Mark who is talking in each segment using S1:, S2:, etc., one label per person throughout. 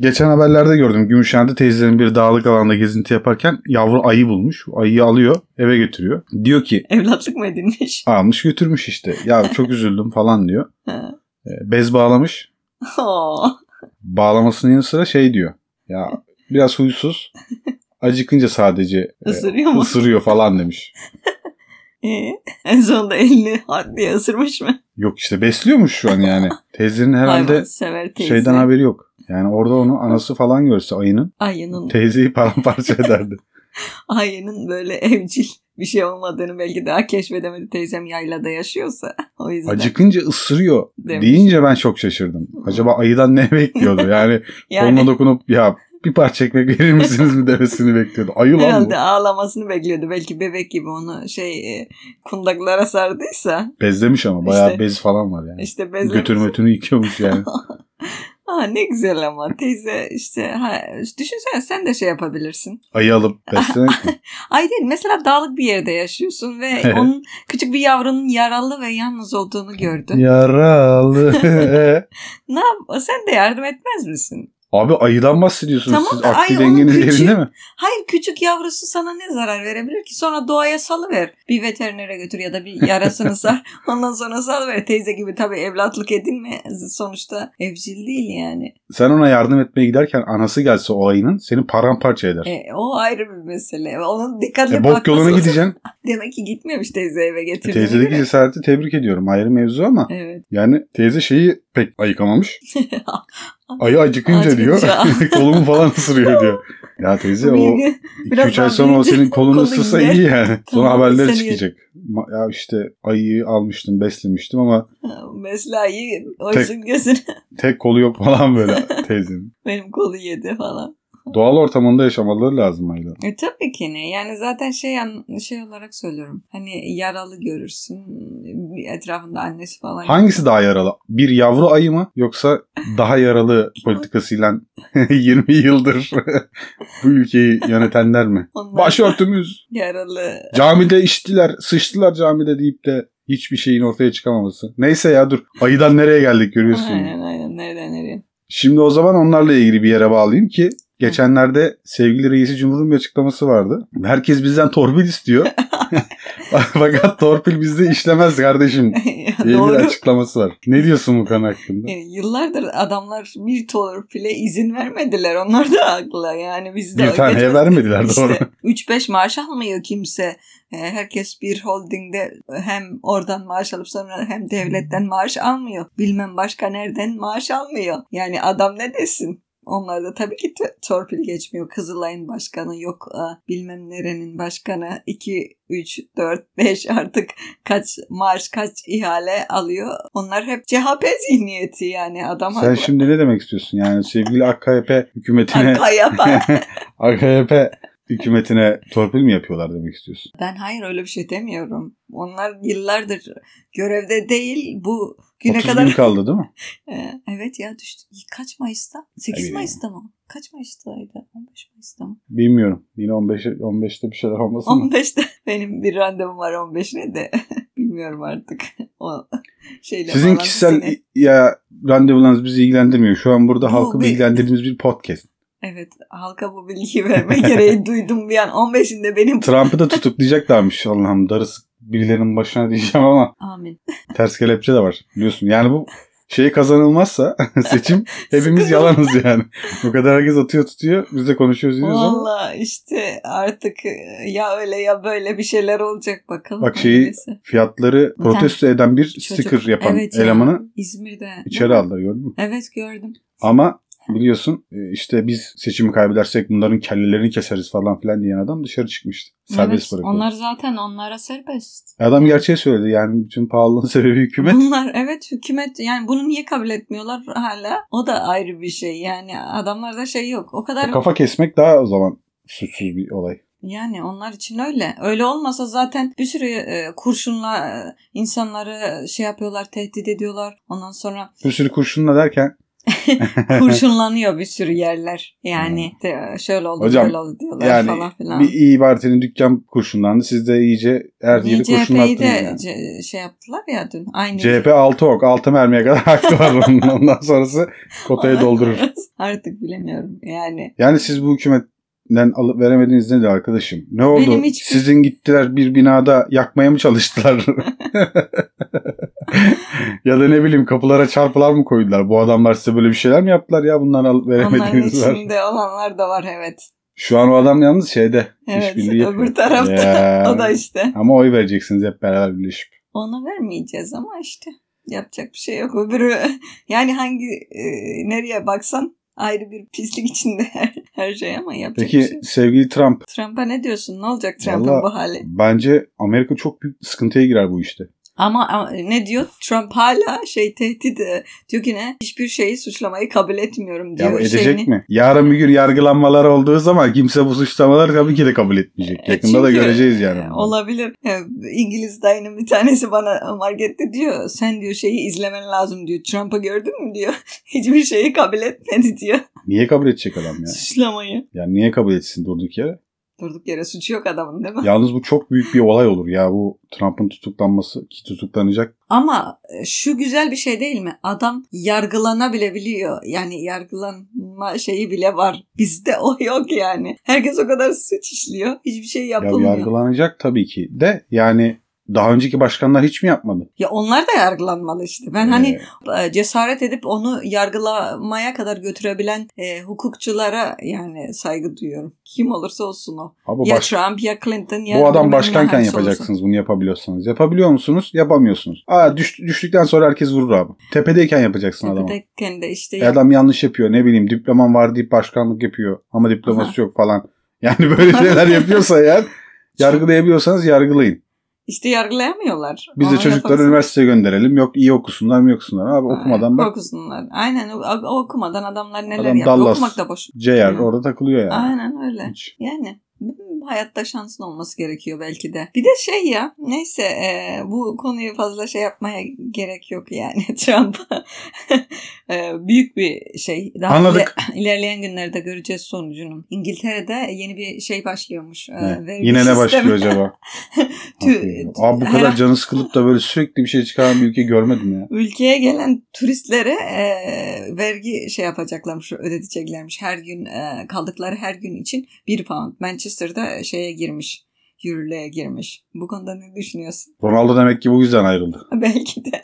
S1: Geçen haberlerde gördüm. Gümüşhane'de teyzenin bir dağlık alanda gezinti yaparken yavru ayı bulmuş. Ayıyı alıyor eve götürüyor. Diyor ki
S2: Evlatlık mı edinmiş?
S1: almış götürmüş işte. Ya çok üzüldüm falan diyor. E, Bez bağlamış.
S2: Oo.
S1: Bağlamasının yanı sıra şey diyor. Ya biraz huysuz. Acıkınca sadece e,
S2: Isırıyor mu?
S1: ısırıyor falan demiş.
S2: Ee, en sonunda elini hard diye ısırmış mı?
S1: Yok işte besliyormuş şu an yani. Teyzenin herhalde
S2: Hayvan sever teyze.
S1: şeyden haberi yok. Yani orada onu anası falan görse ayının
S2: Ayının,
S1: teyzeyi paramparça ederdi.
S2: ayının böyle evcil bir şey olmadığını belki daha keşfedemedi teyzem yaylada yaşıyorsa. O yüzden.
S1: Acıkınca ısırıyor
S2: Demiş.
S1: deyince ben çok şaşırdım. Acaba ayıdan ne bekliyordu? Yani,
S2: yani
S1: koluna dokunup ya bir parça ekmek verir misiniz mi demesini bekliyordu. Ayı lan bu.
S2: herhalde ağlamasını bekliyordu. Belki bebek gibi onu şey e, kundaklara sardıysa
S1: Bezlemiş ama bayağı
S2: İşte.
S1: bez falan var yani.
S2: işte bezle.
S1: Götür mötünü yıkıyormuş yani.
S2: Ha ne güzel ama teyze işte ha, düşünsene sen de şey yapabilirsin.
S1: Ayı alıp beslemek mi?
S2: Ay değil mesela dağlık bir yerde yaşıyorsun ve onun küçük bir yavrunun yaralı ve yalnız olduğunu gördün.
S1: Yaralı.
S2: Ne yap? Sen de yardım etmez misin?
S1: Abi ayıdan bahsediyorsunuz
S2: Tamam
S1: siz.
S2: da
S1: Akli
S2: ayı
S1: dengeniz
S2: onun küçüğü.
S1: yerinde mi?
S2: Hayır küçük yavrusu sana ne zarar verebilir ki? Sonra doğaya salıver. Bir veterinere götür ya da bir yarasını sar. Ondan sonra salıver. Teyze gibi tabii evlatlık edinme. Sonuçta evcil değil yani.
S1: Sen ona yardım etmeye giderken anası gelse o ayının seni paramparça eder.
S2: E, o ayrı bir mesele. Onun dikkatli
S1: E, bok
S2: bakması
S1: yoluna
S2: lazım.
S1: gideceksin.
S2: Demek ki gitmemiş teyze eve getirdiğine
S1: Teyzedeki
S2: göre.
S1: cesareti tebrik ediyorum. Ayrı mevzu ama
S2: Evet.
S1: yani teyze şeyi pek ayıkamamış. Ayı acıkınca diyor.
S2: Acıkınca.
S1: kolumu falan ısırıyor diyor. Ya teyze o
S2: Bilgi- Biraz
S1: 2-3
S2: daha
S1: ay sonra o
S2: büyüyünce
S1: senin kolunu
S2: kolu
S1: ısırsa
S2: ince.
S1: iyi yani. Sonra
S2: Tamam,
S1: haberleri
S2: seni-
S1: çıkacak. Ma- Ya işte ayıyı almıştım beslemiştim ama
S2: Mesela iyi oysun gözüne
S1: tek kolu yok falan böyle teyzenin.
S2: benim kolu yedi falan.
S1: Doğal ortamında yaşamaları lazım ayılar.
S2: E tabii ki ne? Yani zaten şey an- şey olarak söylüyorum. Hani yaralı görürsün. Etrafında annesi falan.
S1: Hangisi daha yaralı? Bir yavru ayı mı yoksa daha yaralı politikasıyla 20 yıldır bu ülkeyi yönetenler mi?
S2: Onlar
S1: Başörtümüz
S2: Yaralı.
S1: camide içtiler, sıçtılar camide deyip de hiçbir şeyin ortaya çıkamaması. Neyse ya dur. Ayıdan nereye geldik görüyorsun.
S2: Aynen aynen. Nereden nereye?
S1: Şimdi o zaman onlarla ilgili bir yere bağlayayım ki geçenlerde sevgili reisi Cumhur'un bir açıklaması vardı. Herkes bizden torpil istiyor. Fakat torpil bizde işlemez kardeşim. Diye bir
S2: Doğru.
S1: açıklaması var. Ne diyorsun bu konu hakkında?
S2: Yani yıllardır adamlar bir torpile izin vermediler. Onlar da haklı. Yani biz de
S1: Bir taneye vermediler doğru.
S2: İşte 3-5 maaş almıyor kimse. Ee, Herkes bir holdingde hem oradan maaş alıp sonra hem devletten maaş almıyor. Bilmem başka nereden maaş almıyor. Yani adam ne desin? Onlar da tabii ki t- torpil geçmiyor. Kızılay'ın başkanı yok. e, Bilmem nerenin başkanı 2, 3, 4, 5 artık kaç maaş kaç ihale alıyor. Onlar hep CHP zihniyeti yani adam
S1: Sen şimdi ne demek istiyorsun? Yani sevgili AKP hükümetine
S2: Akaya bak.
S1: AKP hükümetine torpil mi yapıyorlar demek istiyorsun?
S2: Ben hayır öyle bir şey demiyorum. Onlar yıllardır görevde değil. Bu güne
S1: 30
S2: kadar
S1: gün kaldı değil mi?
S2: Ee, evet ya düştü. Kaç Mayıs'ta? 8
S1: bilmiyorum.
S2: Mayıs'ta mı? Kaç Mayıs'taydı? 15 Mayıs'ta mı?
S1: Bilmiyorum. Yine 15 15'te bir şeyler olmasın mı?
S2: 15'te benim bir randevum var 15'ine de bilmiyorum artık. O şeyle
S1: Sizin kişisel
S2: bağlantısını.
S1: ya randevularınız bizi ilgilendirmiyor. Şu an burada
S2: Bu
S1: halkı
S2: bir-
S1: bilgilendirdiğimiz bir podcast.
S2: Evet halka bu bilgiyi verme gereği duydum bir an 15'inde benim
S1: Trump'ı da tutuklayacaklarmış Allah'ım darısı birilerinin başına diyeceğim ama
S2: Amin.
S1: ters kelepçe de var biliyorsun. Yani bu şey kazanılmazsa seçim hepimiz
S2: Sıkıntı.
S1: yalanız yani. Bu kadar herkes atıyor tutuyor biz de konuşuyoruz diyoruz ama
S2: Valla işte artık e, ya öyle ya böyle bir şeyler olacak bakalım.
S1: Bak şeyi-
S2: Neyse.
S1: fiyatları
S2: Bir tane
S1: protesto eden bir
S2: Çocuk-
S1: sticker yapan
S2: Evet ya,
S1: elemanı
S2: İzmir'de.
S1: içeri aldılar gördün mü?
S2: Evet gördüm.
S1: Ama biliyorsun e, işte biz seçimi kaybedersek bunların kellelerini keseriz falan filan diyen adam dışarı çıkmıştı. Serbest
S2: Evet,
S1: bırakıldı.
S2: onlar zaten onlara serbest.
S1: Adam gerçeği söyledi yani bütün pahalılığın sebebi hükümet.
S2: Bunlar evet hükümet yani bunu niye kabul etmiyorlar hala? O da ayrı bir şey yani adamlarda şey yok. O kadar
S1: E, Kafa kesmek daha o zaman suçsuz bir olay.
S2: yani onlar için öyle. Öyle olmasa zaten bir sürü e, kurşunla e, insanları şey yapıyorlar, tehdit ediyorlar. Ondan sonra
S1: Bir sürü kurşunla derken
S2: kurşunlanıyor bir sürü yerler. Yani de şöyle oldu
S1: Hmm. Hocam,
S2: böyle oldu diyorlar
S1: yani
S2: falan filan.
S1: Bir iyi Parti'nin dükkan kurşunlandı. Siz de iyice her yeri
S2: CHP'yi
S1: kurşun attınız
S2: de
S1: yani.
S2: C- şey yaptılar ya dün. Aynı
S1: CHP 6 ok. 6 mermiye kadar hakkı var bunun. Ondan sonrası kotayı doldurur.
S2: Artık bilemiyorum yani.
S1: Yani siz bu hükümetten alıp veremediğiniz nedir arkadaşım? Ne oldu?
S2: Benim hiçbir-
S1: Sizin gittiler bir binada yakmaya mı çalıştılar? ya da ne bileyim kapılara çarpılar mı koydular? Bu adamlar size böyle bir şeyler mi yaptılar ya bundan alıp
S2: Onların
S1: veremediğiniz var?
S2: içinde olanlar da var evet.
S1: Şu an o adam yalnız şeyde.
S2: Evet
S1: işbirliği yapıyor.
S2: öbür tarafta
S1: Ya.
S2: o da işte.
S1: Ama oy vereceksiniz hep beraber birleşip.
S2: Ona vermeyeceğiz ama işte yapacak bir şey yok. Öbürü yani hangi e, nereye baksan ayrı bir pislik içinde her, her şey ama yapacak bir
S1: Peki
S2: şey yok.
S1: sevgili Trump
S2: Trump'a ne diyorsun? Ne olacak Trump'ın
S1: Vallahi-
S2: bu hali?
S1: bence Amerika çok büyük sıkıntıya girer bu işte.
S2: Ama, ama ne diyor? Trump hala şey tehdit e, diyor ki ne? Hiçbir şeyi suçlamayı kabul etmiyorum
S1: Ya
S2: diyor.
S1: bu edecek
S2: şeyini.
S1: mi? Yarın bir gün yargılanmalar olduğu zaman kimse bu suçlamaları tabii ki de kabul etmeyecek.
S2: E,
S1: Yakında da
S2: çünkü,
S1: göreceğiz yani.
S2: e,
S1: bunu.
S2: Olabilir. E, İngiliz dayının bir tanesi bana markette diyor sen diyor şeyi izlemen lazım diyor. Trump'ı gördün mü diyor. Hiçbir şeyi kabul etmedi diyor.
S1: Niye kabul edecek adam ya?
S2: Suçlamayı.
S1: Yani niye kabul etsin durduk yere?
S2: Durduk yere suçu yok adamın değil mi?
S1: Yalnız bu çok büyük bir olay olur ya bu Trump'ın tutuklanması ki tutuklanacak.
S2: Ama e, şu güzel bir şey değil mi? Adam yargılanabilebiliyor. Yani yargılanma şeyi bile var. Bizde o yok yani. Herkes o kadar suç işliyor. Hiçbir şey
S1: Ya
S2: yapılmıyor. Ya,
S1: yargılanacak tabii ki de yani daha önceki başkanlar hiç mi yapmadı?
S2: onlar da yargılanmalı işte. Ben hani
S1: Ee,
S2: e, cesaret edip onu yargılamaya kadar götürebilen e, hukukçulara yani saygı duyuyorum. Kim olursa olsun o.
S1: abi
S2: ya
S1: baş-
S2: Trump ya Clinton ya
S1: bu adam
S2: bilmem ne
S1: başkanken
S2: hangisi olursa.
S1: yapacaksınız bunu yapabiliyorsanız. Yapabiliyor musunuz? Yapamıyorsunuz. Aa düş- düştükten sonra herkes vurur abi. Tepedeyken yapacaksın adamı.
S2: Tepedeyken de işte
S1: E adam yanlış yapıyor ne bileyim diploman var deyip başkanlık yapıyor ama diploması
S2: Aha.
S1: yok falan. Yani böyle şeyler yapıyorsa eğer yargılayabiliyorsanız yargılayın.
S2: işte yargılayamıyorlar.
S1: Biz de
S2: Onu
S1: çocukları
S2: yapamazsın.
S1: üniversiteye gönderelim. Yok iyi okusunlar mı yoksunlar abi okumadan bak
S2: Okusunlar. Aynen o- o- okumadan adamlar neler
S1: Adam
S2: yapıyor.
S1: Dallas.
S2: Okumak da boş.
S1: CR
S2: Hı.
S1: orada takılıyor yani.
S2: Aynen öyle.
S1: Hiç.
S2: Yani bu hayatta şansın olması gerekiyor belki de. Bir de şey ya neyse e, bu konuyu fazla şey yapmaya gerek yok yani Trump e, büyük bir şey. Daha
S1: Anladık.
S2: ile- ilerleyen günlerde göreceğiz sonucunu. İngiltere'de yeni bir şey başlıyormuş. e,
S1: Evet.
S2: vergi
S1: Yine ne
S2: sistemi.
S1: başlıyor acaba?
S2: Tü-
S1: abi bu kadar
S2: Her-
S1: canı sıkılıp da böyle sürekli bir şey çıkaran bir ülke görmedim ya.
S2: Ülkeye gelen turistlere e, vergi şey yapacaklarmış, ödeteceklermiş. Her gün e, kaldıkları her gün için bir pound. Manchester'da şeye girmiş, yürürlüğe girmiş. Bu konuda ne düşünüyorsun?
S1: Ronaldo demek ki bu yüzden ayrıldı.
S2: Belki de.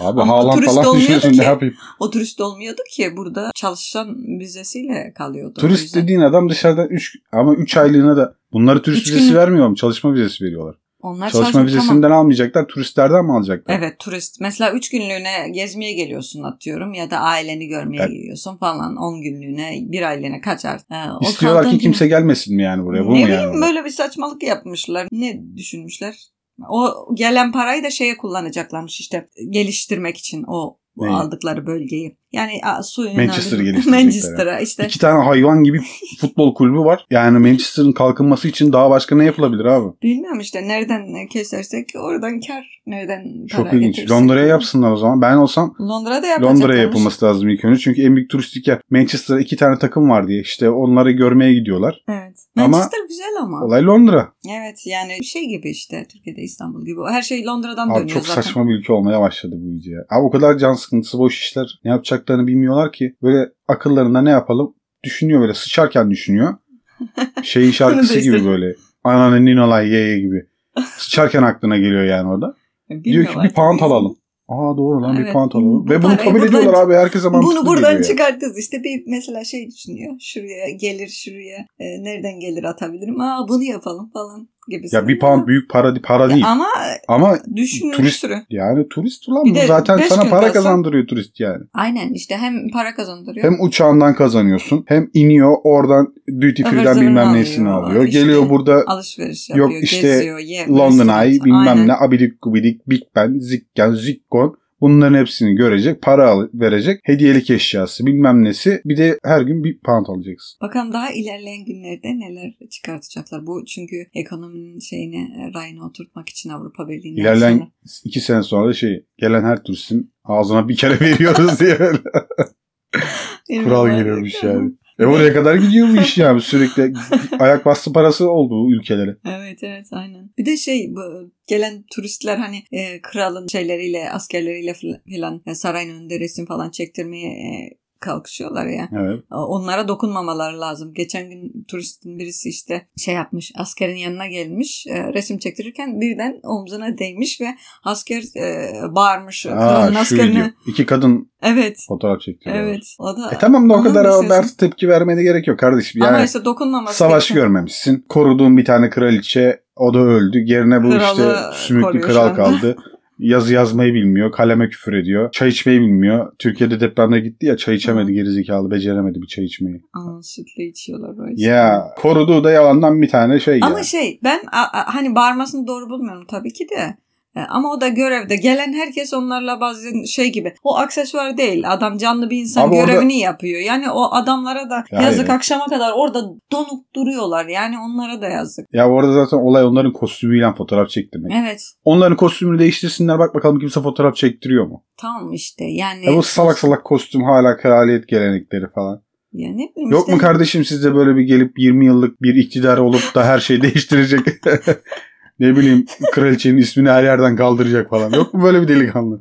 S1: Abi
S2: Ama
S1: Haaland
S2: turist
S1: falan
S2: olmuyordu
S1: düşünüyorsun
S2: ki.
S1: ne yapayım?
S2: O turist olmuyordu ki burada çalışan vizesiyle kalıyordu. O
S1: Turist
S2: yüzden.
S1: dediğin adam dışarıdan 3 ama 3 aylığına da bunları turist
S2: Üç
S1: vizesi
S2: günlük-
S1: vermiyor mu? Çalışma vizesi veriyorlar.
S2: Onlar
S1: Çalışma vizesinden almayacaklar, turistlerden mi alacaklar?
S2: Evet turist. Mesela üç günlüğüne gezmeye geliyorsun atıyorum ya da aileni görmeye
S1: Evet.
S2: geliyorsun falan. On günlüğüne bir aylığına kaçar. Ha, o
S1: İstiyorlar
S2: kaldığın
S1: ki
S2: gün-
S1: kimse gelmesin mi yani buraya? Bu mu
S2: ne
S1: yani?
S2: bileyim böyle bir saçmalık yapmışlar. Ne düşünmüşler? O gelen parayı da şeye kullanacaklarmış işte geliştirmek için o bu
S1: Neyi?
S2: aldıkları bölgeyi. Yani a, suyun
S1: Manchester'ı
S2: adı-
S1: geliştirecekler
S2: Manchester'a işte
S1: İki tane hayvan gibi futbol kulübü var. Yani Manchester'ın kalkınması için daha başka ne yapılabilir abi?
S2: bilmiyorum işte nereden kesersek oradan kar nereden para
S1: Çok ilginç.
S2: getirirsek.
S1: Londra'ya yapsınlar o zaman. Ben olsam
S2: Londra'da yapacaklarmış.
S1: Londra'ya yapılması lazım ilk önce. Çünkü en büyük turistik yer. Manchester'a iki tane takım var diye. İşte onları görmeye gidiyorlar.
S2: Evet.
S1: Ama-
S2: Manchester güzel ama.
S1: Olay Londra.
S2: Evet yani şey gibi işte Türkiye'de İstanbul gibi. Her şey Londra'dan
S1: Abi
S2: dönüyor
S1: çok
S2: zaten.
S1: saçma bir ülke olmaya başladı bu iyice ya. Abi o kadar can sıkıntısı, boş işler. Ne yapacaklarını bilmiyorlar ki. Böyle akıllarında ne yapalım? Düşünüyor böyle sıçarken düşünüyor. Şeyin şarkısı gibi
S2: değiştirdim.
S1: böyle. Ananın ninolay ye ye gibi. Sıçarken aklına geliyor yani orada.
S2: Bilmiyorum
S1: Diyor ki bir
S2: artık.
S1: pound alalım. Aa doğru lan bir
S2: Evet.
S1: pound alalım.
S2: Bu
S1: Ve bunu
S2: parayı
S1: kabul
S2: buradan
S1: ediyorlar
S2: çık-
S1: abi. Herkese mantıklı
S2: Bunu buradan
S1: geliyor.
S2: çıkartırız. İşte bir mesela şey düşünüyor. Şuraya gelir şuraya. E, nereden gelir atabilirim? Aa bunu yapalım falan gibi.
S1: Ya bir pound büyük para, para değil.
S2: Ama
S1: Ama
S2: düşünün
S1: turist-
S2: bir sürü.
S1: yani turist ulan
S2: Bir
S1: bu
S2: de
S1: zaten
S2: beş
S1: sana
S2: gün
S1: para
S2: kalsan-
S1: kazandırıyor turist yani.
S2: Aynen işte hem para kazandırıyor.
S1: Hem uçağından kazanıyorsun hem iniyor oradan duty
S2: Ivır
S1: free'den
S2: zıvırını
S1: bilmem nesini
S2: alıyor,
S1: alıyor.
S2: işte
S1: Geliyor burada
S2: alışveriş
S1: Yok
S2: yapıyor.
S1: işte
S2: geziyor, ye,
S1: London
S2: restoran.
S1: Eye bilmem
S2: Aynen.
S1: ne abidik gubidik Big Ben Zikken Zikkon bunların hepsini görecek para al- verecek hediyelik eşyası bilmem nesi bir de her gün bir pound alacaksın.
S2: Bakalım daha ilerleyen günlerde neler çıkartacaklar. Bu çünkü ekonominin şeyine e, rayına oturtmak için Avrupa Birliği'nden
S1: İlerleyen
S2: sonra.
S1: iki sene sonra da şey gelen her turistin ağzına bir kere veriyoruz diye böyle. Kural geliyormuş yani. E oraya kadar gidiyor bu iş yani sürekli ayak bastı parası oldu bu ülkelere.
S2: Evet evet aynen. Bir de şey bu, gelen turistler hani e, kralın şeyleriyle askerleriyle filan e, sarayın önünde resim falan çektirmeye e, kalkışıyorlar ya.
S1: Evet.
S2: Onlara dokunmamaları lazım. Geçen gün turistin birisi işte şey yapmış askerin yanına gelmiş e, resim çektirirken birden omzuna değmiş ve asker e, bağırmış.
S1: Aa,
S2: kralın
S1: şu
S2: askerine.
S1: video. İki kadın
S2: Evet.
S1: fotoğraf çektiriyorlar.
S2: Evet. O da
S1: E tamam da o
S2: Onun
S1: kadar
S2: meselesi.
S1: abartı tepki vermene gerek yok kardeşim. Yani
S2: ama işte dokunmaması
S1: savaş
S2: gereken-
S1: görmemişsin. Koruduğun bir tane kraliçe o da öldü. Yerine bu işte
S2: Kralı
S1: sümüklü
S2: koruyor
S1: kral
S2: şu anda.
S1: kaldı. Yazı yazmayı bilmiyor. Kaleme küfür ediyor. Çay içmeyi bilmiyor. Türkiye'de depremde gitti ya çay içemedi gerizekalı. Beceremedi bir çay içmeyi.
S2: Aa, sütle içiyorlar o yüzden.
S1: Ya koruduğu da yalandan bir tane şey ya.
S2: Ama şey ben a- a- hani bağırmasını doğru bulmuyorum tabii ki de. E, Ama o da görevde. Gelen herkes onlarla bazen şey gibi. O aksesuar değil. Adam canlı bir insan
S1: Abi orada-
S2: görevini yapıyor. Yani o adamlara da
S1: Ya
S2: yazık
S1: evet.
S2: akşama kadar orada donuk duruyorlar. Yani onlara da yazık.
S1: Ya orada zaten olay onların kostümüyle fotoğraf çektirmek.
S2: Evet.
S1: Onların kostümünü değiştirsinler bak bakalım kimse fotoğraf çektiriyor mu?
S2: Tamam işte. Yani
S1: Ya E bu salak salak kostüm hala kraliyet gelenekleri falan.
S2: Ya ne bileyim
S1: Yok
S2: işte.
S1: mu kardeşim sizde böyle bir gelip 20 yıllık bir iktidar olup da her şeyi değiştirecek. ne bileyim kraliçenin ismini her yerden kaldıracak falan. Yok mu böyle bir delikanlı?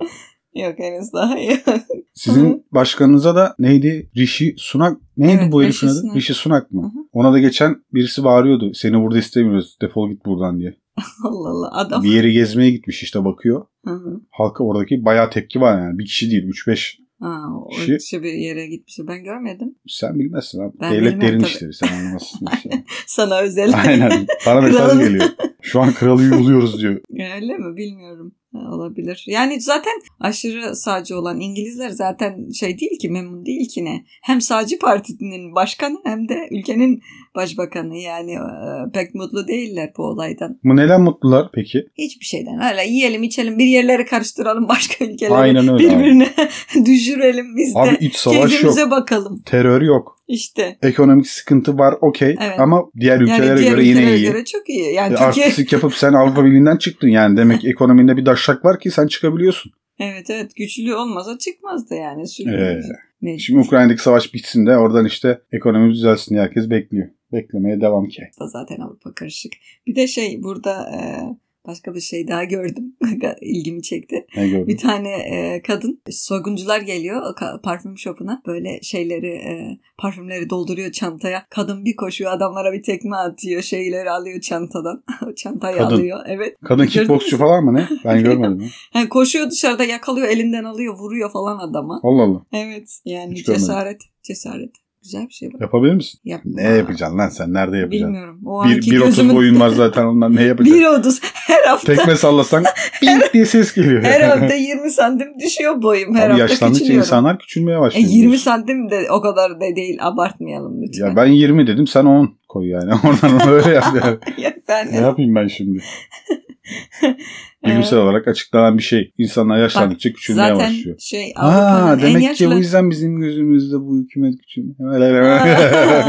S2: Yok henüz daha iyi. Hı.
S1: Sizin başkanınıza da neydi? Rishi Sunak. Neydi
S2: Evet,
S1: bu herifin
S2: Rishi
S1: adı?
S2: Sunak.
S1: Rishi Sunak
S2: Hı
S1: mı?
S2: hı.
S1: Ona da geçen birisi bağırıyordu. Seni burada istemiyoruz. Defol git buradan diye.
S2: Allah Allah. Adam.
S1: Bir yeri gezmeye gitmiş işte bakıyor.
S2: Hı hı.
S1: Halka oradaki bayağı tepki var yani. Bir kişi değil. 3-5.
S2: Ha, o
S1: Şey-
S2: kişi bir yere gitmişti. Ben görmedim.
S1: Sen bilmezsin abi.
S2: Ben
S1: Devlet
S2: bilmem
S1: derin
S2: tabii.
S1: işleri. Sen anlamazsın. işte.
S2: Sana özel.
S1: Aynen. Bana mesaj
S2: Kralın-
S1: geliyor. Şu an kralı uyguluyoruz diyor.
S2: Öyle mi bilmiyorum. Ha, Olabilir. Yani zaten aşırı sağcı olan İngilizler zaten şey değil ki memnun değil ki ne. Hem sağcı partinin başkanı hem de ülkenin başbakanı yani e, pek mutlu değiller bu olaydan.
S1: Bu neden mutlular peki?
S2: Hiçbir şeyden. Öyle yiyelim içelim bir yerleri karıştıralım başka ülkeleri.
S1: Aynen öyle abi.
S2: Birbirine düşürelim biz de.
S1: Abi iç savaş yok.
S2: Keyfimize bakalım.
S1: Terör yok.
S2: İşte.
S1: Ekonomik sıkıntı var okey.
S2: Evet.
S1: Ama diğer ülkelere
S2: yani diğer
S1: göre
S2: ülkelere
S1: yine iyi.
S2: göre çok iyi. Yani
S1: E,
S2: Türkiye
S1: Artistlik yapıp sen Avrupa Birliği'nden çıktın yani. Demek ki ekonominde bir daşlak var ki sen çıkabiliyorsun.
S2: evet evet güçlü olmasa çıkmazdı yani.
S1: Ee,
S2: Sürpriz. Ne-
S1: Şimdi Ukrayna'daki savaş bitsin de oradan işte ekonomi düzelsin diye herkes bekliyor. Beklemeye devam ki.
S2: da zaten Avrupa karışık. Bir de şey burada e, başka bir şey daha gördüm. ilgimi çekti.
S1: Ne gördün?
S2: Bir tane e, kadın soyguncular geliyor o ka- parfüm shopuna. Böyle şeyleri e, parfümleri dolduruyor çantaya. Kadın bir koşuyor adamlara bir tekme atıyor. Şeyleri alıyor çantadan. O Çantayı
S1: Kadın.
S2: alıyor. Evet.
S1: Kadın
S2: Gördünüz
S1: kickboksçu
S2: mü?
S1: falan mı ne? Ben görmedim. ya.
S2: Yani koşuyor dışarıda yakalıyor elinden alıyor vuruyor falan adama.
S1: Allah Allah.
S2: Evet. Yani
S1: Hiç görmedim.
S2: cesaret. Cesaret. Güzel bir şey bu.
S1: Yapabilir misin?
S2: Yapma.
S1: Ne yapacaksın lan sen? Nerede yapacaksın?
S2: Bilmiyorum. O
S1: Bir,
S2: anki
S1: 1.30
S2: gözümün-
S1: boyun var zaten ondan ne yapacaksın?
S2: 1.30 her hafta.
S1: Tekme sallasan bing diye ses geliyor.
S2: Her hafta 20 santim düşüyor boyum.
S1: Abi
S2: Her hafta
S1: yaşlandıkça
S2: küçülüyorum.
S1: insanlar küçülmeye
S2: E,
S1: başlıyor.
S2: 20 santim de o kadar da değil. Abartmayalım lütfen.
S1: Ya ben 20 dedim sen 10 koy yani. Oradan öyle yap. yani.
S2: Ya ben-
S1: ne yapayım ben şimdi?
S2: Evet.
S1: Bilimsel olarak açıklanan bir şey. İnsanlar yaşlandıkça küçülmeye
S2: Zaten
S1: başlıyor.
S2: şey
S1: Ha
S2: Avrupa'nın en
S1: demek
S2: yaşlı...
S1: ki bu yüzden bizim gözümüzde bu hükümet küçülmüyor. Öyle-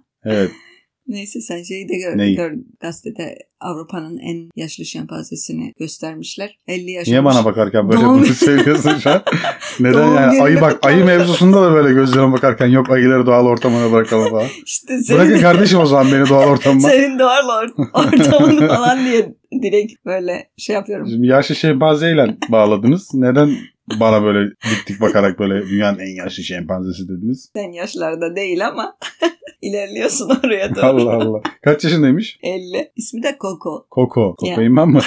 S1: evet.
S2: Neyse sen şeyi de gör,
S1: Neyi?
S2: gör- gazetede Avrupa'nın en yaşlı şempanzesini göstermişler. 50 yaşında.
S1: Niye bana bakarken böyle
S2: Doğum
S1: bunu
S2: günü-
S1: söylüyorsun şu an? Neden
S2: Doğum
S1: yani? Ayı
S2: gününde
S1: bak ayı
S2: kutlamışlar.
S1: mevzusunda da böyle gözlerime bakarken yok ayıları doğal ortamına bırakalım falan.
S2: İşte
S1: Bırakın
S2: senin,
S1: kardeşim o zaman beni doğal ortamıma.
S2: senin doğal or- ortamın falan diye direkt böyle şey yapıyorum.
S1: Şimdi yaşlı şempanzeyle bağladınız. Neden bana böyle dik dik bakarak böyle dünyanın en yaşlı şempanzesi dediniz?
S2: Sen yaşlarda değil ama ilerliyorsun oraya doğru.
S1: Allah Allah. Kaç yaşındaymış?
S2: 50. İsmi de Coco.
S1: Koko. Koko
S2: Ya.
S1: imam mı?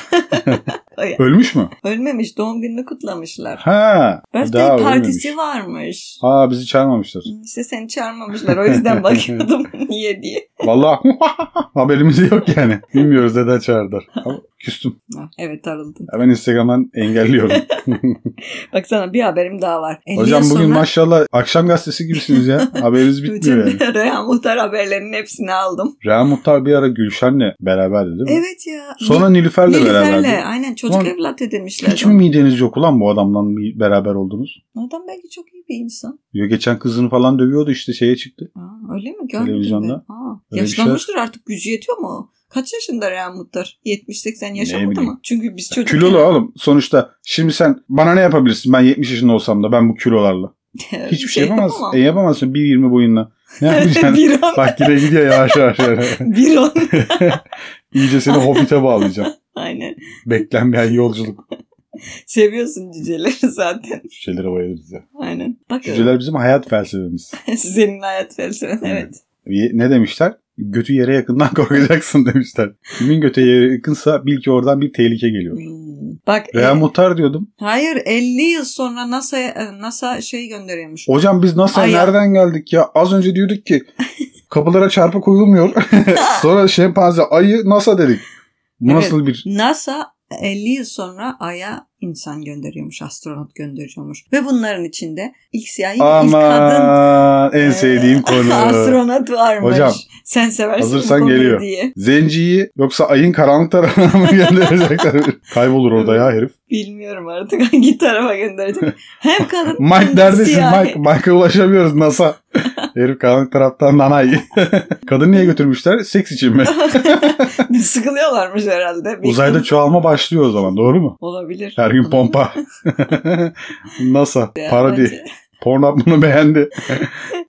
S2: Ay,
S1: Ölmüş mü?
S2: Ölmemiş doğum gününü kutlamışlar.
S1: Ha.
S2: Birthday partisi
S1: ölmemiş.
S2: varmış.
S1: Ha bizi çağırmamışlar.
S2: İşte seni çağırmamışlar o yüzden bakıyordum niye diye.
S1: Vallahi haberimiz yok yani. Bilmiyoruz neden çağırdılar. Ama küstüm.
S2: Ha, Ah, Evet tarıldın.
S1: Hemen Instagram'dan engelliyorum.
S2: Baksana bir haberim daha var. 50
S1: Hocam
S2: yıl
S1: bugün
S2: sonra
S1: maşallah akşam gazetesi gibisiniz ya. Haberiniz bitmiyor yani.
S2: bütün Reha Muhtar haberlerinin hepsini aldım.
S1: Reha Muhtar bir ara Gülşen'le beraberdi değil mi?
S2: Evet ya.
S1: Sonra Nilüfer'le,
S2: Nil- Nilüfer'le,
S1: beraberdi.
S2: aynen çocuk
S1: Ulan,
S2: evlat edinmişler.
S1: Hiç mi mideniz yok ulan bu adamla bir beraber oldunuz?
S2: Adam belki çok iyi bir insan.
S1: Diyor geçen kızını falan dövüyordu işte şeye çıktı.
S2: Aa, öyle mi? Görmedim
S1: Televizyonda.
S2: ben. Aa,
S1: Öyle bir şey-
S2: yaşlanmıştır artık gücü yetiyor mu? o? Kaç yaşında Reha Muhtar? 70-80
S1: Ne
S2: yaşamadı
S1: bileyim.
S2: mı? Çünkü biz çocuk
S1: Kilolu oğlum sonuçta şimdi sen bana ne yapabilirsin ben 70 yaşında olsam da ben bu kilolarla. Hiçbir şey yapamaz. E yapamazsın 1.20 boyunla. Ne yapacaksın?
S2: bir an.
S1: Bak yine gidiyor yavaş yavaş. yavaş.
S2: Bir an.
S1: İyice seni Hobbit'e bağlayacağım.
S2: Aynen.
S1: Beklenmeyen yolculuk.
S2: Seviyorsun cüceleri zaten.
S1: Cücelere bayılırız ya.
S2: Aynen. Bak
S1: Cüceler bizim hayat felsefemiz.
S2: senin hayat felsefen. Evet.
S1: Evet. Ne demişler? Götü yere yakından korkacaksın demişler. Kimin götü yere yakınsa bil ki oradan bir tehlike geliyor.
S2: Hmm. Bak e,
S1: Veya muhtar diyordum.
S2: hayır 50 yıl sonra NASA e, NASA şey gönderiyormuş.
S1: Hocam biz nasıl
S2: Ay ya.
S1: nereden geldik ya? Az önce diyorduk ki kapılara çarpı koyulmuyor. Sonra şempanze ayı NASA dedik. Bu
S2: Evet.
S1: nasıl bir
S2: NASA 50 yıl sonra Ay'a insan gönderiyormuş, astronot gönderiyormuş. Ve bunların içinde ilk siyahi ve ilk kadın
S1: Aman en
S2: e,
S1: sevdiğim konu.
S2: astronot varmış.
S1: Hocam,
S2: Sen seversin
S1: hazırsan
S2: bu konuyu
S1: geliyor.
S2: diye.
S1: Zenciyi yoksa ayın karanlık tarafına mı gönderecekler? Kaybolur orada ya herif.
S2: Bilmiyorum artık hangi tarafa gönderecek. Hem kadın hem
S1: Mike
S2: de
S1: neredesin
S2: siyahi.
S1: Mike? Mike'a ulaşamıyoruz NASA. herif karanlık taraftan nanay. Kadını niye götürmüşler? Seks için mi?
S2: Sıkılıyorlarmış herhalde. Bir
S1: Uzayda çoğalma başlıyor o zaman doğru mu?
S2: olabilir.
S1: Her gün pompa. NASA. Parodi.
S2: Bence
S1: Pornhub bunu beğendi.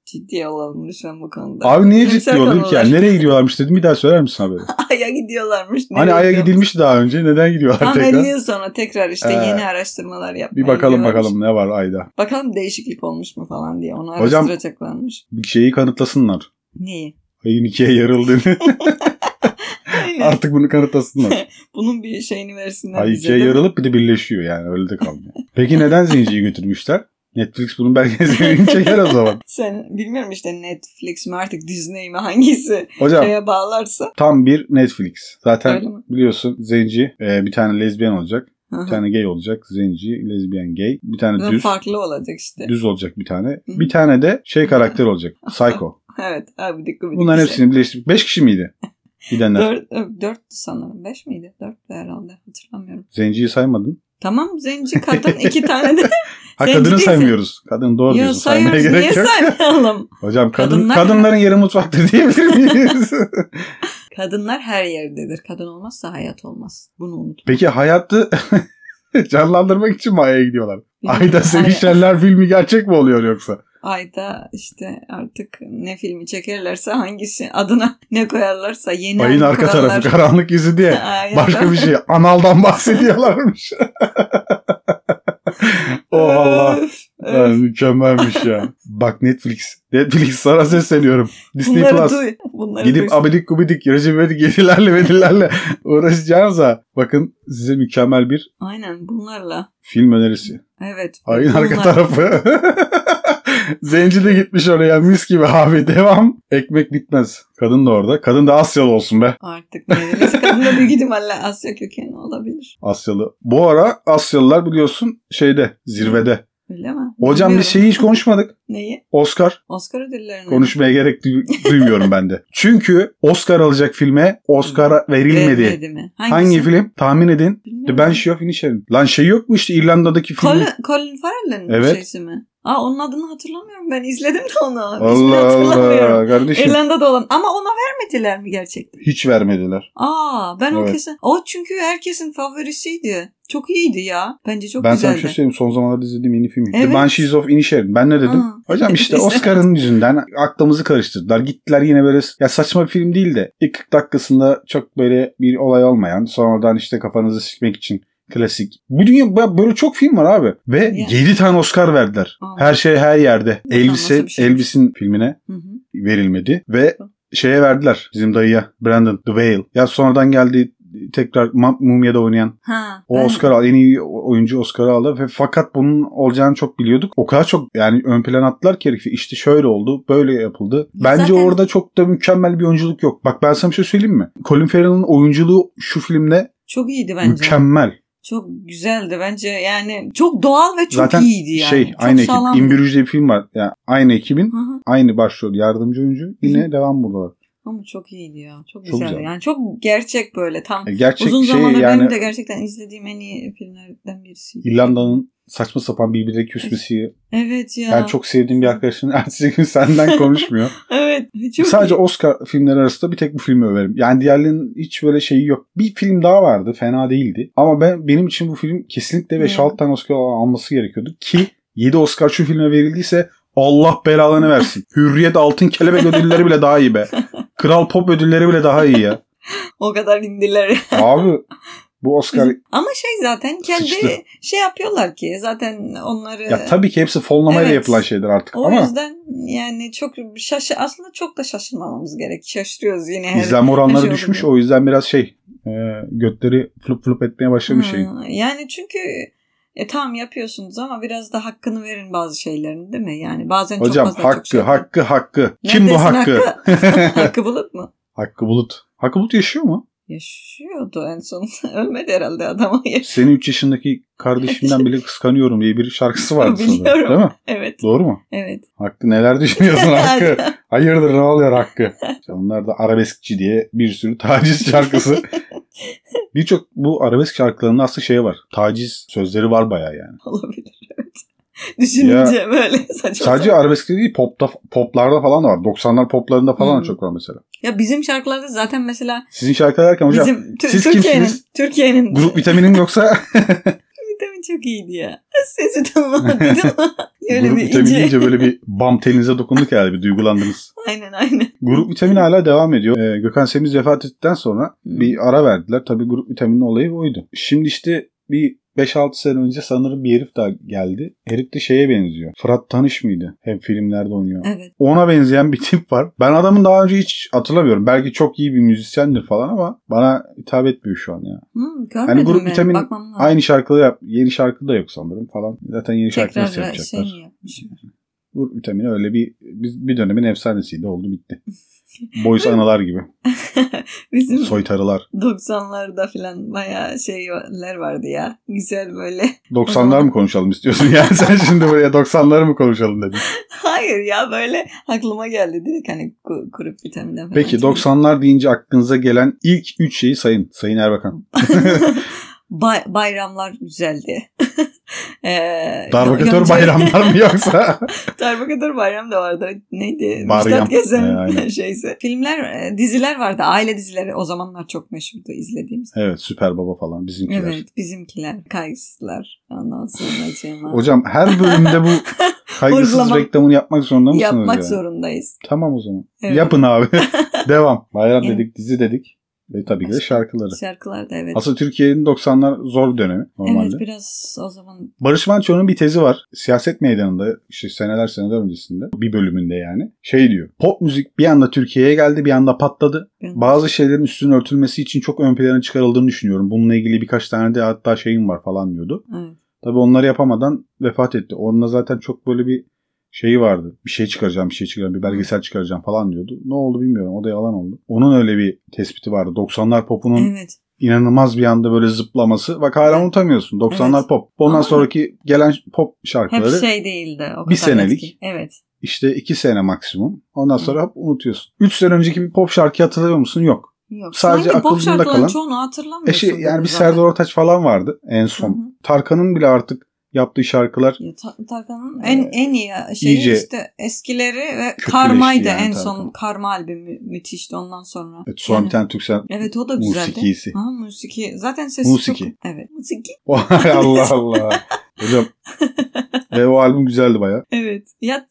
S2: Ciddi olalım lütfen bu konuda.
S1: Abi niye
S2: Bilimsel
S1: ciddi olayım ki?
S2: konular.
S1: Yani nereye gidiyorlarmış dedim. Bir daha söyler misin haberi?
S2: Ay'a gidiyorlarmış.
S1: hani
S2: Nereye
S1: Ay'a
S2: gidiyor-
S1: gidilmişti daha önce. Neden gidiyorlar
S2: Tam 50
S1: tekrar?
S2: yıl sonra tekrar işte
S1: Ee,
S2: yeni araştırmalar yapmaya
S1: Bir bakalım
S2: gidiyorlarmış.
S1: bakalım ne var Ay'da.
S2: Bakalım değişiklik olmuş mu falan diye onu
S1: Hocam-
S2: araştıracaklarmış.
S1: Bir şeyi kanıtlasınlar.
S2: Neyi?
S1: Ayın ikiye yarıldığını.
S2: Aynen.
S1: Artık bunu kanıtlasınlar.
S2: Bunun bir şeyini versinler
S1: Ay şey
S2: bize.
S1: ikiye
S2: değil mi?
S1: yarılıp bir de birleşiyor yani. Öyle de kalmıyor. Peki neden Zenci'yi götürmüşler? Netflix bunun belgeselini çeker o zaman.
S2: Sen bilmiyorum işte Netflix mi artık Disney mi hangisi
S1: Hocam
S2: şeye bağlarsa.
S1: tam bir Netflix. Zaten
S2: Öyle mi?
S1: biliyorsun Zenci e, bir tane lezbiyen olacak.
S2: Hı
S1: Bir
S2: hı.
S1: tane gay olacak. Zenci, lezbiyen, gay. Bir tane
S2: Bunlar
S1: düz.
S2: Farklı olacak işte.
S1: Düz olacak bir tane.
S2: Hı.
S1: Bir tane de şey karakter olacak. Psycho.
S2: Evet abi dikkat bir
S1: Bunların
S2: şey.
S1: hepsini birleştirip. Beş kişi miydi? Gidenler.
S2: Dört, dört sanırım. Beş miydi? Dört de herhalde. Hatırlamıyorum.
S1: Zenciyi saymadın.
S2: Tamam zenci kadın iki tane de.
S1: Ha
S2: Zenci
S1: kadını
S2: değilse-
S1: saymıyoruz. Kadın doğru
S2: Yo
S1: diyorsun. Saymaya
S2: sayıyoruz.
S1: gerek
S2: Niye
S1: yok.
S2: saymayalım?
S1: Hocam kadın
S2: Kadınlar-
S1: kadınların yeri mutfaktır diyebilir miyiz?
S2: Kadınlar her yerdedir. Kadın olmazsa hayat olmaz. Bunu unut.
S1: Peki hayatı canlandırmak için mi Ay'a gidiyorlar? Ayda şey-
S2: Ay-
S1: Sevişenler filmi gerçek mi oluyor yoksa?
S2: Ayda işte artık ne filmi çekerlerse hangisi adına ne koyarlarsa yeni
S1: Ayın
S2: ay
S1: arka
S2: kurallar.
S1: tarafı karanlık yüzü diye.
S2: Aynen.
S1: Başka bir şey. Analdan bahsediyorlarmış. oh Allah.
S2: Öf, öf.
S1: Ay, mükemmelmiş ya. Bak Netflix. Netflix sana sesleniyorum. Disney
S2: Bunları
S1: Plus.
S2: duy- bunları
S1: Gidip
S2: duy-
S1: abidik gubidik, Recep İvedik yedilerle medilerle uğraşacağınıza bakın size mükemmel bir
S2: Aynen bunlarla.
S1: film önerisi.
S2: Evet.
S1: Ayın arka
S2: bunlar.
S1: tarafı. Zenci de gitmiş oraya mis gibi abi devam. Ekmek bitmez. Kadın da orada. Kadın da Asyalı olsun be.
S2: Artık neresi kadın da büyük ihtimalle Asya kökenli olabilir.
S1: Asyalı. Bu ara Asyalılar biliyorsun şeyde zirvede.
S2: Öyle mi?
S1: Hocam
S2: Bilmiyorum.
S1: bir şey şeyi hiç konuşmadık.
S2: Neyi?
S1: Oscar.
S2: Oscar ödüllerini.
S1: Konuşmaya gerek du- duymuyorum ben de. Çünkü Oscar alacak filme Oscar verilmedi.
S2: Vermedi mi? Hangisi? Hmm.
S1: Hangi film? Tahmin edin.
S2: Bilmiyorum.
S1: The Bench of Inisherin. Lan şey yok mu işte İrlanda'daki film?
S2: Colin, Colin Farrell'in
S1: Evet.
S2: şeysi mi? Aa onun adını hatırlamıyorum ben. İzledim de onu. İsmini
S1: Allah
S2: hatırlamıyorum.
S1: Allah kardeşim.
S2: İrlanda'da olan. Ama ona vermediler mi gerçekten?
S1: Hiç vermediler.
S2: Aa ben o
S1: Evet.
S2: kesin. O çünkü herkesin favorisiydi. Çok iyiydi ya. Bence çok
S1: ben sana
S2: güzeldi.
S1: bir şey söyleyeyim. Son zamanlarda izlediğim yeni film.
S2: Evet.
S1: The Banshees of Inisherin. Ben ne dedim?
S2: Aa.
S1: Hocam işte
S2: İzlemedim.
S1: Oscar'ın yüzünden aklımızı karıştırdılar. Gittiler yine böyle ya saçma bir film değil de ilk 40 dakikasında çok böyle bir olay olmayan sonradan işte kafanızı sikmek için klasik. Bu dünya bu- böyle çok film var abi. Ve
S2: Ya.
S1: 7 tane Oscar verdiler.
S2: Aa.
S1: Her şey her yerde.
S2: Bakalım
S1: Elbise,
S2: nasıl bir şey şeymiş.
S1: Elbis'in filmine
S2: Hı hı.
S1: verilmedi ve şeye verdiler bizim dayıya Brandon The Whale. Ya sonradan geldi tekrar Ma- Mumya'da oynayan
S2: Ha,
S1: o
S2: ben-
S1: Oscar al en iyi oyuncu Oscar'ı aldı ve fakat bunun olacağını çok biliyorduk. O kadar çok yani ön plan attılar ki herifi işte şöyle oldu, böyle yapıldı. Bence
S2: Zaten-
S1: orada çok da mükemmel bir oyunculuk yok. Bak ben sana bir şey söyleyeyim mi? Colin Farrell'ın oyunculuğu şu filmde
S2: Çok iyiydi bence.
S1: mükemmel.
S2: Çok güzeldi bence. Yani çok doğal ve çok
S1: Zaten
S2: iyiydi yani.
S1: şey
S2: çok
S1: aynı ekip
S2: sağlamdı.
S1: İmbir Hücre bir film var. Yani aynı ekibin
S2: Hı hı.
S1: aynı başrol yardımcı oyuncu yine devam buldular.
S2: Ama çok iyiydi ya. Çok
S1: Çok
S2: güzeldi.
S1: güzel.
S2: Yani çok gerçek böyle tam.
S1: E, Gerçek
S2: Uzun
S1: şey
S2: zamandır
S1: yani
S2: benim de gerçekten izlediğim en iyi filmlerden birisi.
S1: İrlanda'nın saçma sapan birbirine küsmesi.
S2: Evet ya.
S1: Yani çok sevdiğim bir arkadaşın ertesi gün senden konuşmuyor.
S2: Evet. Çok
S1: Sadece Oscar filmleri arasında bir tek bu filmi överim. Yani diğerlerinin hiç böyle şeyi yok. Bir film daha vardı. Fena değildi. Ama ben benim için bu film kesinlikle
S2: Hmm.
S1: 5-6 tane Oscar alması gerekiyordu ki 7 Oscar şu filme verildiyse Allah belalarını versin. Hürriyet altın kelebek ödülleri bile daha iyi be. Kral pop ödülleri bile daha iyi ya.
S2: O kadar indiler.
S1: Abi bu Oscar
S2: Ama şey zaten kendi
S1: Sıçtı.
S2: şey yapıyorlar ki zaten onları
S1: ya tabii ki hepsi fonlamayla
S2: Evet.
S1: yapılan şeyler artık
S2: o
S1: ama
S2: yüzden yani çok şaşı aslında çok da şaşırmamamız gerek. Şaşırıyoruz yine her
S1: izlenme
S2: her
S1: oranları
S2: şey
S1: düşmüş
S2: oluyor.
S1: o yüzden biraz şey e, götleri flup flup etmeye başlamış şey.
S2: Ha, Hmm. Yani çünkü e, tamam yapıyorsunuz ama biraz da hakkını verin bazı şeylerin değil mi? Yani bazen
S1: Hocam
S2: çok fazla çok
S1: hakkı
S2: şey-
S1: hakkı hakkı.
S2: Neredesin
S1: Kim bu hakkı?
S2: hakkı bulut mu?
S1: hakkı Bulut. Hakkı Bulut yaşıyor mu?
S2: Yaşıyordu en son. Ölmedi herhalde adam.
S1: Seni 3 yaşındaki kardeşimden bile kıskanıyorum diye bir şarkısı vardı sanırım.
S2: Biliyorum.
S1: Değil mi?
S2: evet.
S1: Doğru mu?
S2: Evet.
S1: Hakkı neler düşünüyorsun Hakkı? Hayırdır ne oluyor Hakkı? İşte Onlar da arabeskçi diye bir sürü taciz şarkısı. Birçok bu arabesk şarkılarında aslında şey var. Taciz sözleri var bayağı yani.
S2: Olabilir. Evet. Düşününce böyle saçma.
S1: Sadece
S2: sapan.
S1: arabeskte değil popta, poplarda falan da var. 90'lar poplarında falan da
S2: Hmm.
S1: çok var mesela.
S2: Ya bizim şarkılarda zaten mesela
S1: Sizin şarkılar derken hocam
S2: bizim Tür-
S1: siz
S2: Türkiye'nin
S1: kimsiniz?
S2: Türkiye'nin
S1: grup vitaminim yoksa
S2: Vitamin çok iyiydi ya. Sesi tanımadım. Öyle
S1: grup
S2: bir ince.
S1: vitamini deyince böyle bir bam telinize dokunduk herhalde bir duygulandınız.
S2: Aynen aynen.
S1: Grup vitamin hala devam ediyor. Ee, Gökhan Semiz vefat ettikten sonra bir ara verdiler. Tabii grup vitaminin olayı oydu. Şimdi işte bir 5-6 sene önce sanırım bir herif daha geldi. Herif de şeye benziyor. Fırat Tanış mıydı? Hem filmlerde oynuyor.
S2: Evet.
S1: Ona benzeyen bir tip var. Ben adamın daha önce hiç hatırlamıyorum. Belki çok iyi bir müzisyendir falan ama bana hitap etmiyor şu an ya.
S2: Hmm, görmedim yani
S1: Hani grup vitamin-
S2: Bakmam lazım.
S1: Aynı şarkıları yap. Yeni şarkı da yok sanırım falan. Zaten yeni şarkı nasıl
S2: Tekrar şey
S1: yapacaklar?
S2: mi yapmış?
S1: Bu vitamini öyle bir bir dönemin efsanesiydi. Oldu bitti. Boys analar gibi.
S2: Bizim
S1: Soytarılar.
S2: 90'larda falan bayağı şeyler vardı ya. Güzel böyle.
S1: 90'lar mı konuşalım istiyorsun? Yani sen şimdi buraya 90'lar mı konuşalım dedin.
S2: Hayır ya böyle aklıma geldi direkt hani ku- kurup vitaminden falan.
S1: Peki 90'lar deyince aklınıza gelen ilk 3 şeyi sayın. Sayın Erbakan.
S2: Bay- bayramlar güzeldi. ee,
S1: Darbukatör
S2: Yonca-
S1: bayramlar mı yoksa?
S2: Darbukatör bayram da vardı. Neydi?
S1: Baryam.
S2: Müjdat Gezen
S1: Ee, aynen.
S2: şeyse. Filmler, e, diziler vardı. Aile dizileri o zamanlar çok meşhurdu izlediğimiz.
S1: evet Süper Baba falan bizimkiler.
S2: Evet bizimkiler, kaygısızlar. Ondan sonra Cemal.
S1: Hocam her bölümde bu kaygısız
S2: Hırlama.
S1: reklamını yapmak zorunda mısınız?
S2: Yapmak
S1: ya?
S2: zorundayız.
S1: Tamam o zaman.
S2: Evet.
S1: Yapın abi. Devam. Bayram
S2: Evet.
S1: dedik, dizi dedik. Ve tabii ki de şarkıları.
S2: Şarkılar da evet.
S1: Aslında Türkiye'nin 90'lar zor bir dönemi normalde.
S2: Evet biraz o zaman
S1: Barış Manço'nun bir tezi var. Siyaset meydanında işte seneler seneler öncesinde bir bölümünde yani şey diyor. Pop müzik bir anda Türkiye'ye geldi bir anda patladı.
S2: ben-
S1: Bazı şeylerin üstünün örtülmesi için çok ön plana çıkarıldığını düşünüyorum. Bununla ilgili birkaç tane de hatta şeyim var falan diyordu.
S2: Evet.
S1: Tabii onları yapamadan vefat etti. Onunla zaten çok böyle bir şeyi vardı. Bir şey çıkaracağım, bir şey çıkaracağım, bir belgesel çıkaracağım falan diyordu. Ne oldu bilmiyorum. O da yalan oldu. Onun öyle bir tespiti vardı. 90'lar popunun
S2: Evet.
S1: inanılmaz bir anda böyle zıplaması. Bak hala unutamıyorsun. 90'lar
S2: Evet.
S1: pop. Ondan
S2: Ama-
S1: sonraki gelen pop
S2: Hep
S1: şarkıları
S2: şey değildi. O
S1: Bir
S2: kadar
S1: senelik.
S2: eski. Evet.
S1: işte 2 sene maksimum. Ondan sonra hop unutuyorsun. 3 sene önceki bir pop şarkı hatırlıyor musun? Yok.
S2: Yok.
S1: Sadece
S2: Sanki pop
S1: aklımda
S2: şarkıların
S1: kalan-
S2: çoğunu
S1: E
S2: hatırlamıyorsun.
S1: şey, yani bir
S2: zaten.
S1: Serdar Ortaç falan vardı en son.
S2: Hı hı.
S1: Tarkan'ın bile artık yaptığı şarkılar
S2: Ya, Ta- Tarkan'ın en en iyi şeyi
S1: İyice
S2: işte eskileri ve
S1: Ee, kötüleşti
S2: Karma'ydı
S1: yani
S2: en
S1: Tarkan.
S2: son Karma albümü müthişti ondan sonra.
S1: Evet, sonra
S2: Yani-
S1: bir tane Türksel
S2: Evet o da güzeldi.
S1: musikisi.
S2: Ha musiki. Zaten sesi
S1: Musiki.
S2: çok. Evet. Musiki.
S1: Vay Allah Allah. Hocam. Ve o albüm güzeldi baya.
S2: Evet. Ya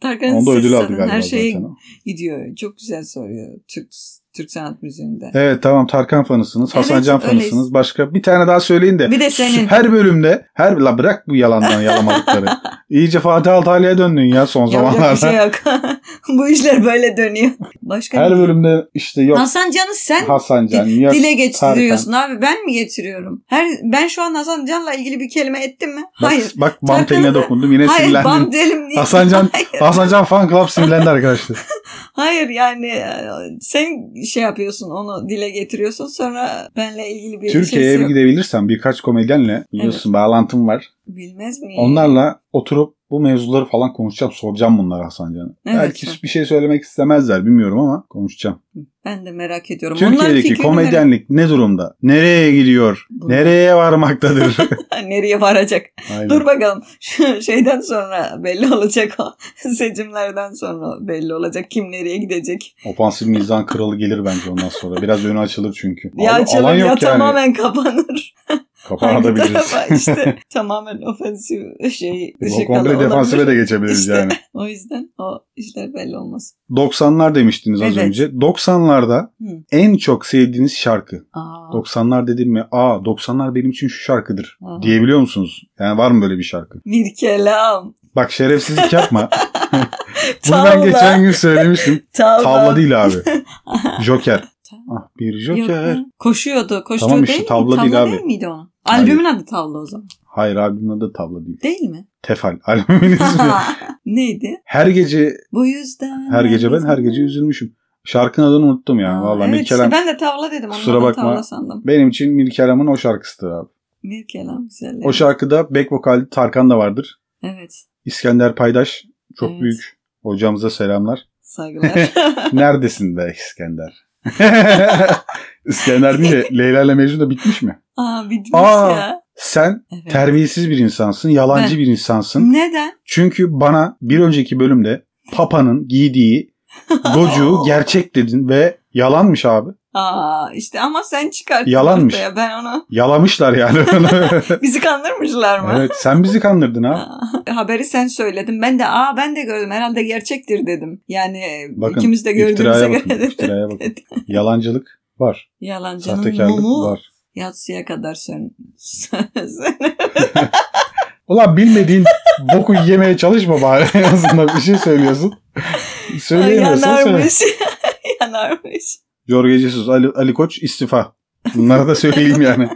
S2: Tarkan'ın
S1: Onda
S2: sesi
S1: ödül aldı
S2: zaten
S1: galiba
S2: her şeye
S1: zaten. o.
S2: gidiyor. Çok güzel soruyor Türk Türk sanat müziğinde.
S1: Evet tamam Tarkan fanısınız. Hasan
S2: Evet,
S1: Can
S2: öyleyiz.
S1: fanısınız. Başka bir tane daha söyleyin de.
S2: Bir de senin.
S1: Her bölümde her la bırak bu yalandan yalamadıkları. İyice Fatih Altaylı'ya döndün ya son
S2: Yapacak
S1: zamanlarda.
S2: bir şey yok. Bu işler böyle dönüyor. Başka
S1: Her
S2: ne?
S1: bölümde işte yok
S2: Hasan Can'ı sen
S1: Hasan Can, yok
S2: dile getiriyorsun abi. Ben mi getiriyorum? Her ben şu an Hasan Can'la ilgili bir kelime ettim mi?
S1: Bak,
S2: Hayır.
S1: bak bam
S2: Tarkan'ı
S1: teline
S2: da-
S1: dokundum yine
S2: Hayır
S1: sinirlendim.
S2: bam delim değil.
S1: Hasan Can-
S2: Hayır,
S1: Hasan Can fan club sinirlendi arkadaşlar.
S2: hayır yani e, sen şey yapıyorsun onu dile getiriyorsun sonra benle ilgili bir
S1: Türkiye'ye
S2: şey
S1: bir
S2: yok.
S1: gidebilirsen birkaç komedyenle biliyorsun bağlantım var.
S2: Bilmez miyim?
S1: Onlarla oturup bu mevzuları falan konuşacağım. Soracağım bunları Hasan Can'a.
S2: Evet,
S1: Belki
S2: sor.
S1: bir şey söylemek istemezler bilmiyorum ama konuşacağım.
S2: Ben de merak ediyorum. Onların
S1: Türkiye'deki
S2: fikrini
S1: komedyenlik ne durumda? Nereye gidiyor?
S2: Bunlar-
S1: Nereye varmaktadır?
S2: merak- nereye varacak?
S1: Aynen.
S2: Dur bakalım. Şu şeyden sonra belli olacak o. Seçimlerden sonra belli olacak kim nereye gidecek.
S1: Ofansif mizan kralı gelir bence ondan sonra. Biraz önü açılır çünkü.
S2: Ya
S1: Al-
S2: açılır
S1: alan
S2: ya
S1: yok yani.
S2: tamamen kapanır. Hangi
S1: Kapanabiliriz.
S2: tarafa işte tamamen ofensif şey
S1: Bu
S2: ışık
S1: komple
S2: alan
S1: defansife
S2: olabilir.
S1: de geçebiliriz
S2: İşte.
S1: yani.
S2: O yüzden o işler belli olmaz.
S1: 90'lar demiştiniz az
S2: Evet.
S1: önce. 90'larda
S2: Hı.
S1: en çok sevdiğiniz şarkı.
S2: Aa,
S1: 90'lar dedim mi? Aa 90'lar benim için şu şarkıdır.
S2: aa.
S1: Diyebiliyor musunuz? Yani var mı böyle bir şarkı?
S2: Bir kelam.
S1: Bak şerefsizlik yapma. Bunu
S2: Tavla.
S1: ben geçen gün söylemiştim.
S2: Tavla.
S1: Tavla değil abi. Joker. Ah bir
S2: Yok
S1: Joker.
S2: ya. Koşuyordu. Koştuğu
S1: Tamam işte,
S2: değil mi?
S1: tavla değil abi.
S2: değil miydi o?
S1: Hayır.
S2: Albümün adı tavla o zaman.
S1: Hayır albümün adı tavla değil.
S2: Değil mi?
S1: Tefal. Albümün ismi.
S2: Neydi?
S1: Her gece
S2: Bu yüzden.
S1: her gece ben her
S2: herkesin-
S1: gece üzülmüşüm. Şarkının adını unuttum ya.
S2: Aa,
S1: Vallahi
S2: evet,
S1: Mirkelam.
S2: işte ben de tavla dedim. Kusura
S1: Kusura
S2: Ondan bakma.
S1: bakma.
S2: Tavla sandım.
S1: Benim için Mirkelam'ın o şarkısıdır abi.
S2: Mirkelam güzel.
S1: O şarkıda back vokal Tarkan da vardır.
S2: Evet.
S1: İskender Paydaş çok
S2: Evet.
S1: büyük. Hocamıza selamlar.
S2: Saygılar.
S1: Neredesin be İskender? İskender değil de Leyla ile Mecnun da bitmiş mi?
S2: Aa bitmiş
S1: Aa.
S2: ya.
S1: Sen
S2: Evet.
S1: terbiyesiz bir insansın, yalancı bir insansın.
S2: Neden?
S1: Çünkü bana bir önceki bölümde Papa'nın giydiği gocuğu gerçek dedin ve yalanmış abi.
S2: Aa işte ama sen çıkarttın
S1: Yalanmış.
S2: ortaya. Ben onu
S1: Yalamışlar yani.
S2: bizi kandırmışlar mı?
S1: evet, sen bizi kandırdın ha.
S2: Aa, haberi sen söyledin. Ben de aa ben de gördüm. Herhalde gerçektir dedim. Yani
S1: Bakın,
S2: ikimiz de gördüğümüze
S1: İftiraya bakın,
S2: göre de.
S1: iftiraya bakın. Yalancılık var.
S2: Yalancının
S1: Sahtekarlık
S2: mumu
S1: var.
S2: yatsıya kadar sön.
S1: Ulan bilmediğin boku yemeye çalışma bari. En azından bir şey söylüyorsun. Söyleyemiyorsan söyle.
S2: Yanarmış. Yanarmış.
S1: Jorge Jesus, Ali, Ali Koç istifa. Bunları da söyleyeyim yani.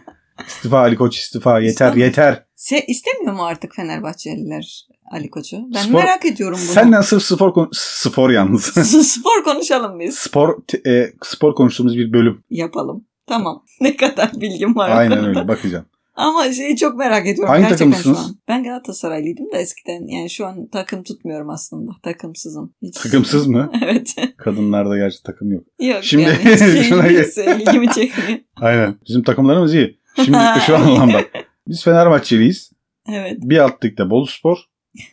S1: İstifa Ali Koç istifa. Yeter
S2: İstifa.
S1: yeter.
S2: Se istemiyor mu artık Fenerbahçeliler Ali Koç'u? Ben
S1: Spor-
S2: merak ediyorum bunu.
S1: Senden sırf spor, kon- spor yalnız.
S2: Spor konuşalım biz.
S1: spor te- e, spor konuştuğumuz bir bölüm.
S2: Yapalım. Tamam. Ne kadar bilgim var.
S1: Aynen
S2: orada.
S1: öyle bakacağım.
S2: Ama şeyi çok merak ediyorum.
S1: Hangi
S2: Gerçekten
S1: takımlısınız?
S2: şu an. Ben Galatasaraylıydım da eskiden. Yani şu an takım tutmuyorum aslında. Takımsızım. Hiç-
S1: Takımsız mı?
S2: evet.
S1: Kadınlarda gerçi takım yok.
S2: Yok
S1: Şimdi-
S2: yani. Hiç şey
S1: şuna gel.
S2: değilse ilgimi çekmiyor.
S1: Aynen. Bizim takımlarımız iyi. Şimdi şu anlamda. Biz Fenerbahçeliyiz.
S2: Evet.
S1: Bir alt ligde Bolu Spor.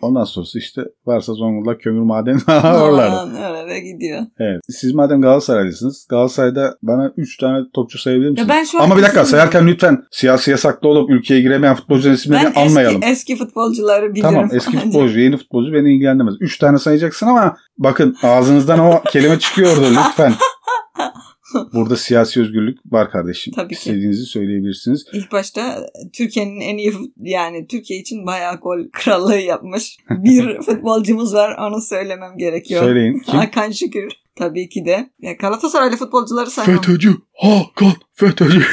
S1: Ondan sonrası işte varsa Zonguldak kömür maden oralarda.
S2: Aman, Orada gidiyor.
S1: Evet. Siz madem Galatasaraylısınız Galatasaray'da bana 3 tane topçu sayabilir
S2: Ya
S1: misiniz?
S2: ben şu an
S1: Ama bir dakika
S2: kızım-
S1: sayarken lütfen siyasi yasaklı olup ülkeye giremeyen futbolcuların isimlerini
S2: ben
S1: almayalım.
S2: eski, eski futbolcuları biliyorum.
S1: tamam eski futbolcu yeni futbolcu beni ilgilendirmez. 3 tane sayacaksın ama bakın ağzınızdan o kelime çıkıyordu lütfen. Burada siyasi özgürlük var kardeşim.
S2: Tabii ki.
S1: İstediğinizi söyleyebilirsiniz.
S2: İlk başta Türkiye'nin en iyi fut- yani Türkiye için bayağı gol krallığı yapmış bir futbolcumuz var onu söylemem gerekiyor.
S1: Söyleyin. Kim?
S2: Hakan Şükür tabii ki de. Ya Galatasaraylı futbolcuları saymam.
S1: FETÖ'cü. Hakan FETÖ'cü.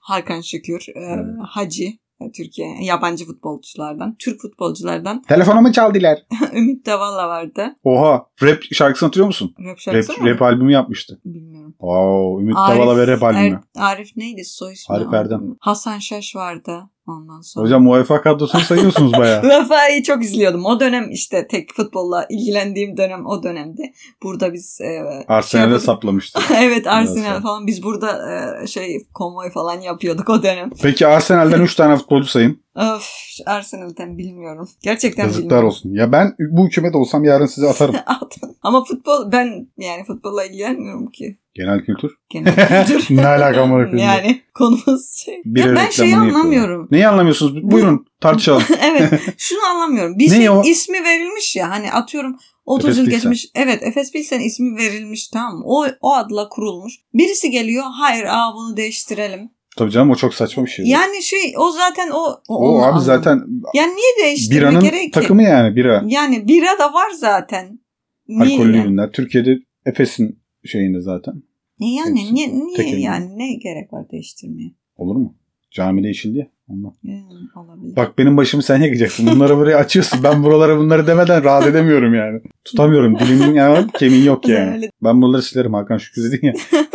S2: Hakan Şükür, e,
S1: Evet.
S2: Hacı e, Türkiye yabancı futbolculardan, Türk futbolculardan
S1: Telefonumu çaldılar.
S2: Ümit Davala vardı.
S1: Oha. Rap şarkısını hatırlıyor musun?
S2: Rap
S1: Rap,
S2: şarkısı mı?
S1: rap albümü yapmıştı.
S2: Bilmiyorum.
S1: Wow. Ümit Davala ve rap albümü.
S2: Er- Arif neydi soy ismi?
S1: Arif Erdem.
S2: Hasan Şaş vardı ondan sonra.
S1: Hocam UEFA kadrosunu sayıyorsunuz bayağı.
S2: Vefa'yı çok izliyordum. O dönem işte tek futbolla ilgilendiğim dönem o dönemdi. Burada biz e, şey
S1: Arsenal'e
S2: yapıyorduk.
S1: saplamıştı.
S2: evet
S1: Biraz
S2: Arsenal
S1: sonra.
S2: falan biz burada e, şey konvoy falan yapıyorduk o dönem.
S1: Peki Arsenal'den 3 tane futbolcu sayın.
S2: Öf Arsenal'den bilmiyorum. Gerçekten
S1: Yazıklar
S2: bilmiyorum.
S1: olsun. Ya ben bu hükümet olsam yarın size atarım.
S2: Atın. Ama futbol ben yani futbolla ilgilenmiyorum ki.
S1: Genel kültür.
S2: Genel kültür.
S1: ne alakam var?
S2: yani konumuz şey.
S1: Bir
S2: Ya ben
S1: reklamını
S2: şeyi
S1: yapıyorlar.
S2: anlamıyorum.
S1: Neyi anlamıyorsunuz? Buyurun tartışalım.
S2: evet şunu anlamıyorum. Bir
S1: Ne
S2: şey
S1: o?
S2: ismi verilmiş ya hani atıyorum 30
S1: Efes
S2: yıl
S1: Pilsen.
S2: geçmiş. Evet Efes Pilsen ismi verilmiş tamam mı? O, o adla kurulmuş. Birisi geliyor hayır aa bunu değiştirelim.
S1: Tabii canım o çok saçma bir şey.
S2: Yani şey o zaten o. O,
S1: o
S2: onu
S1: abi
S2: anlamıyorum.
S1: zaten
S2: Yani niye değiştirme
S1: biranın
S2: gerek ki?
S1: takımı yani bira.
S2: Yani bira da var zaten. Niye
S1: Alkollü
S2: yani?
S1: ürünler. Türkiye'de Efes'in şeyinde zaten.
S2: Ne yani
S1: Hepsi
S2: niye, niye
S1: tekel.
S2: yani ne gerek var değiştirmeye?
S1: Olur mu? Camide işildi ya. Ondan.
S2: Yani olabilir.
S1: Bak benim başımı sen yakacaksın. Bunları buraya açıyorsun. Ben buralara bunları demeden rahat edemiyorum yani. Tutamıyorum. Dilimin yani kemiği yok yani.
S2: Öyle.
S1: Ben buraları silerim Hakan Şükür dedin ya.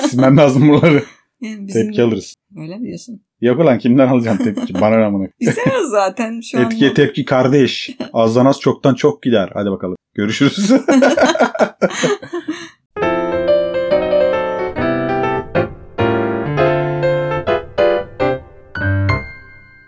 S1: Silmem lazım buraları.
S2: Yani bizim-
S1: Tepki alırız.
S2: Öyle mi diyorsun?
S1: Yok ulan kimden alacağım tepki? Bana ne amına.
S2: Bize zaten şu an.
S1: Etkiye tepki kardeş. Azdan az çoktan çok gider. Hadi bakalım. Görüşürüz.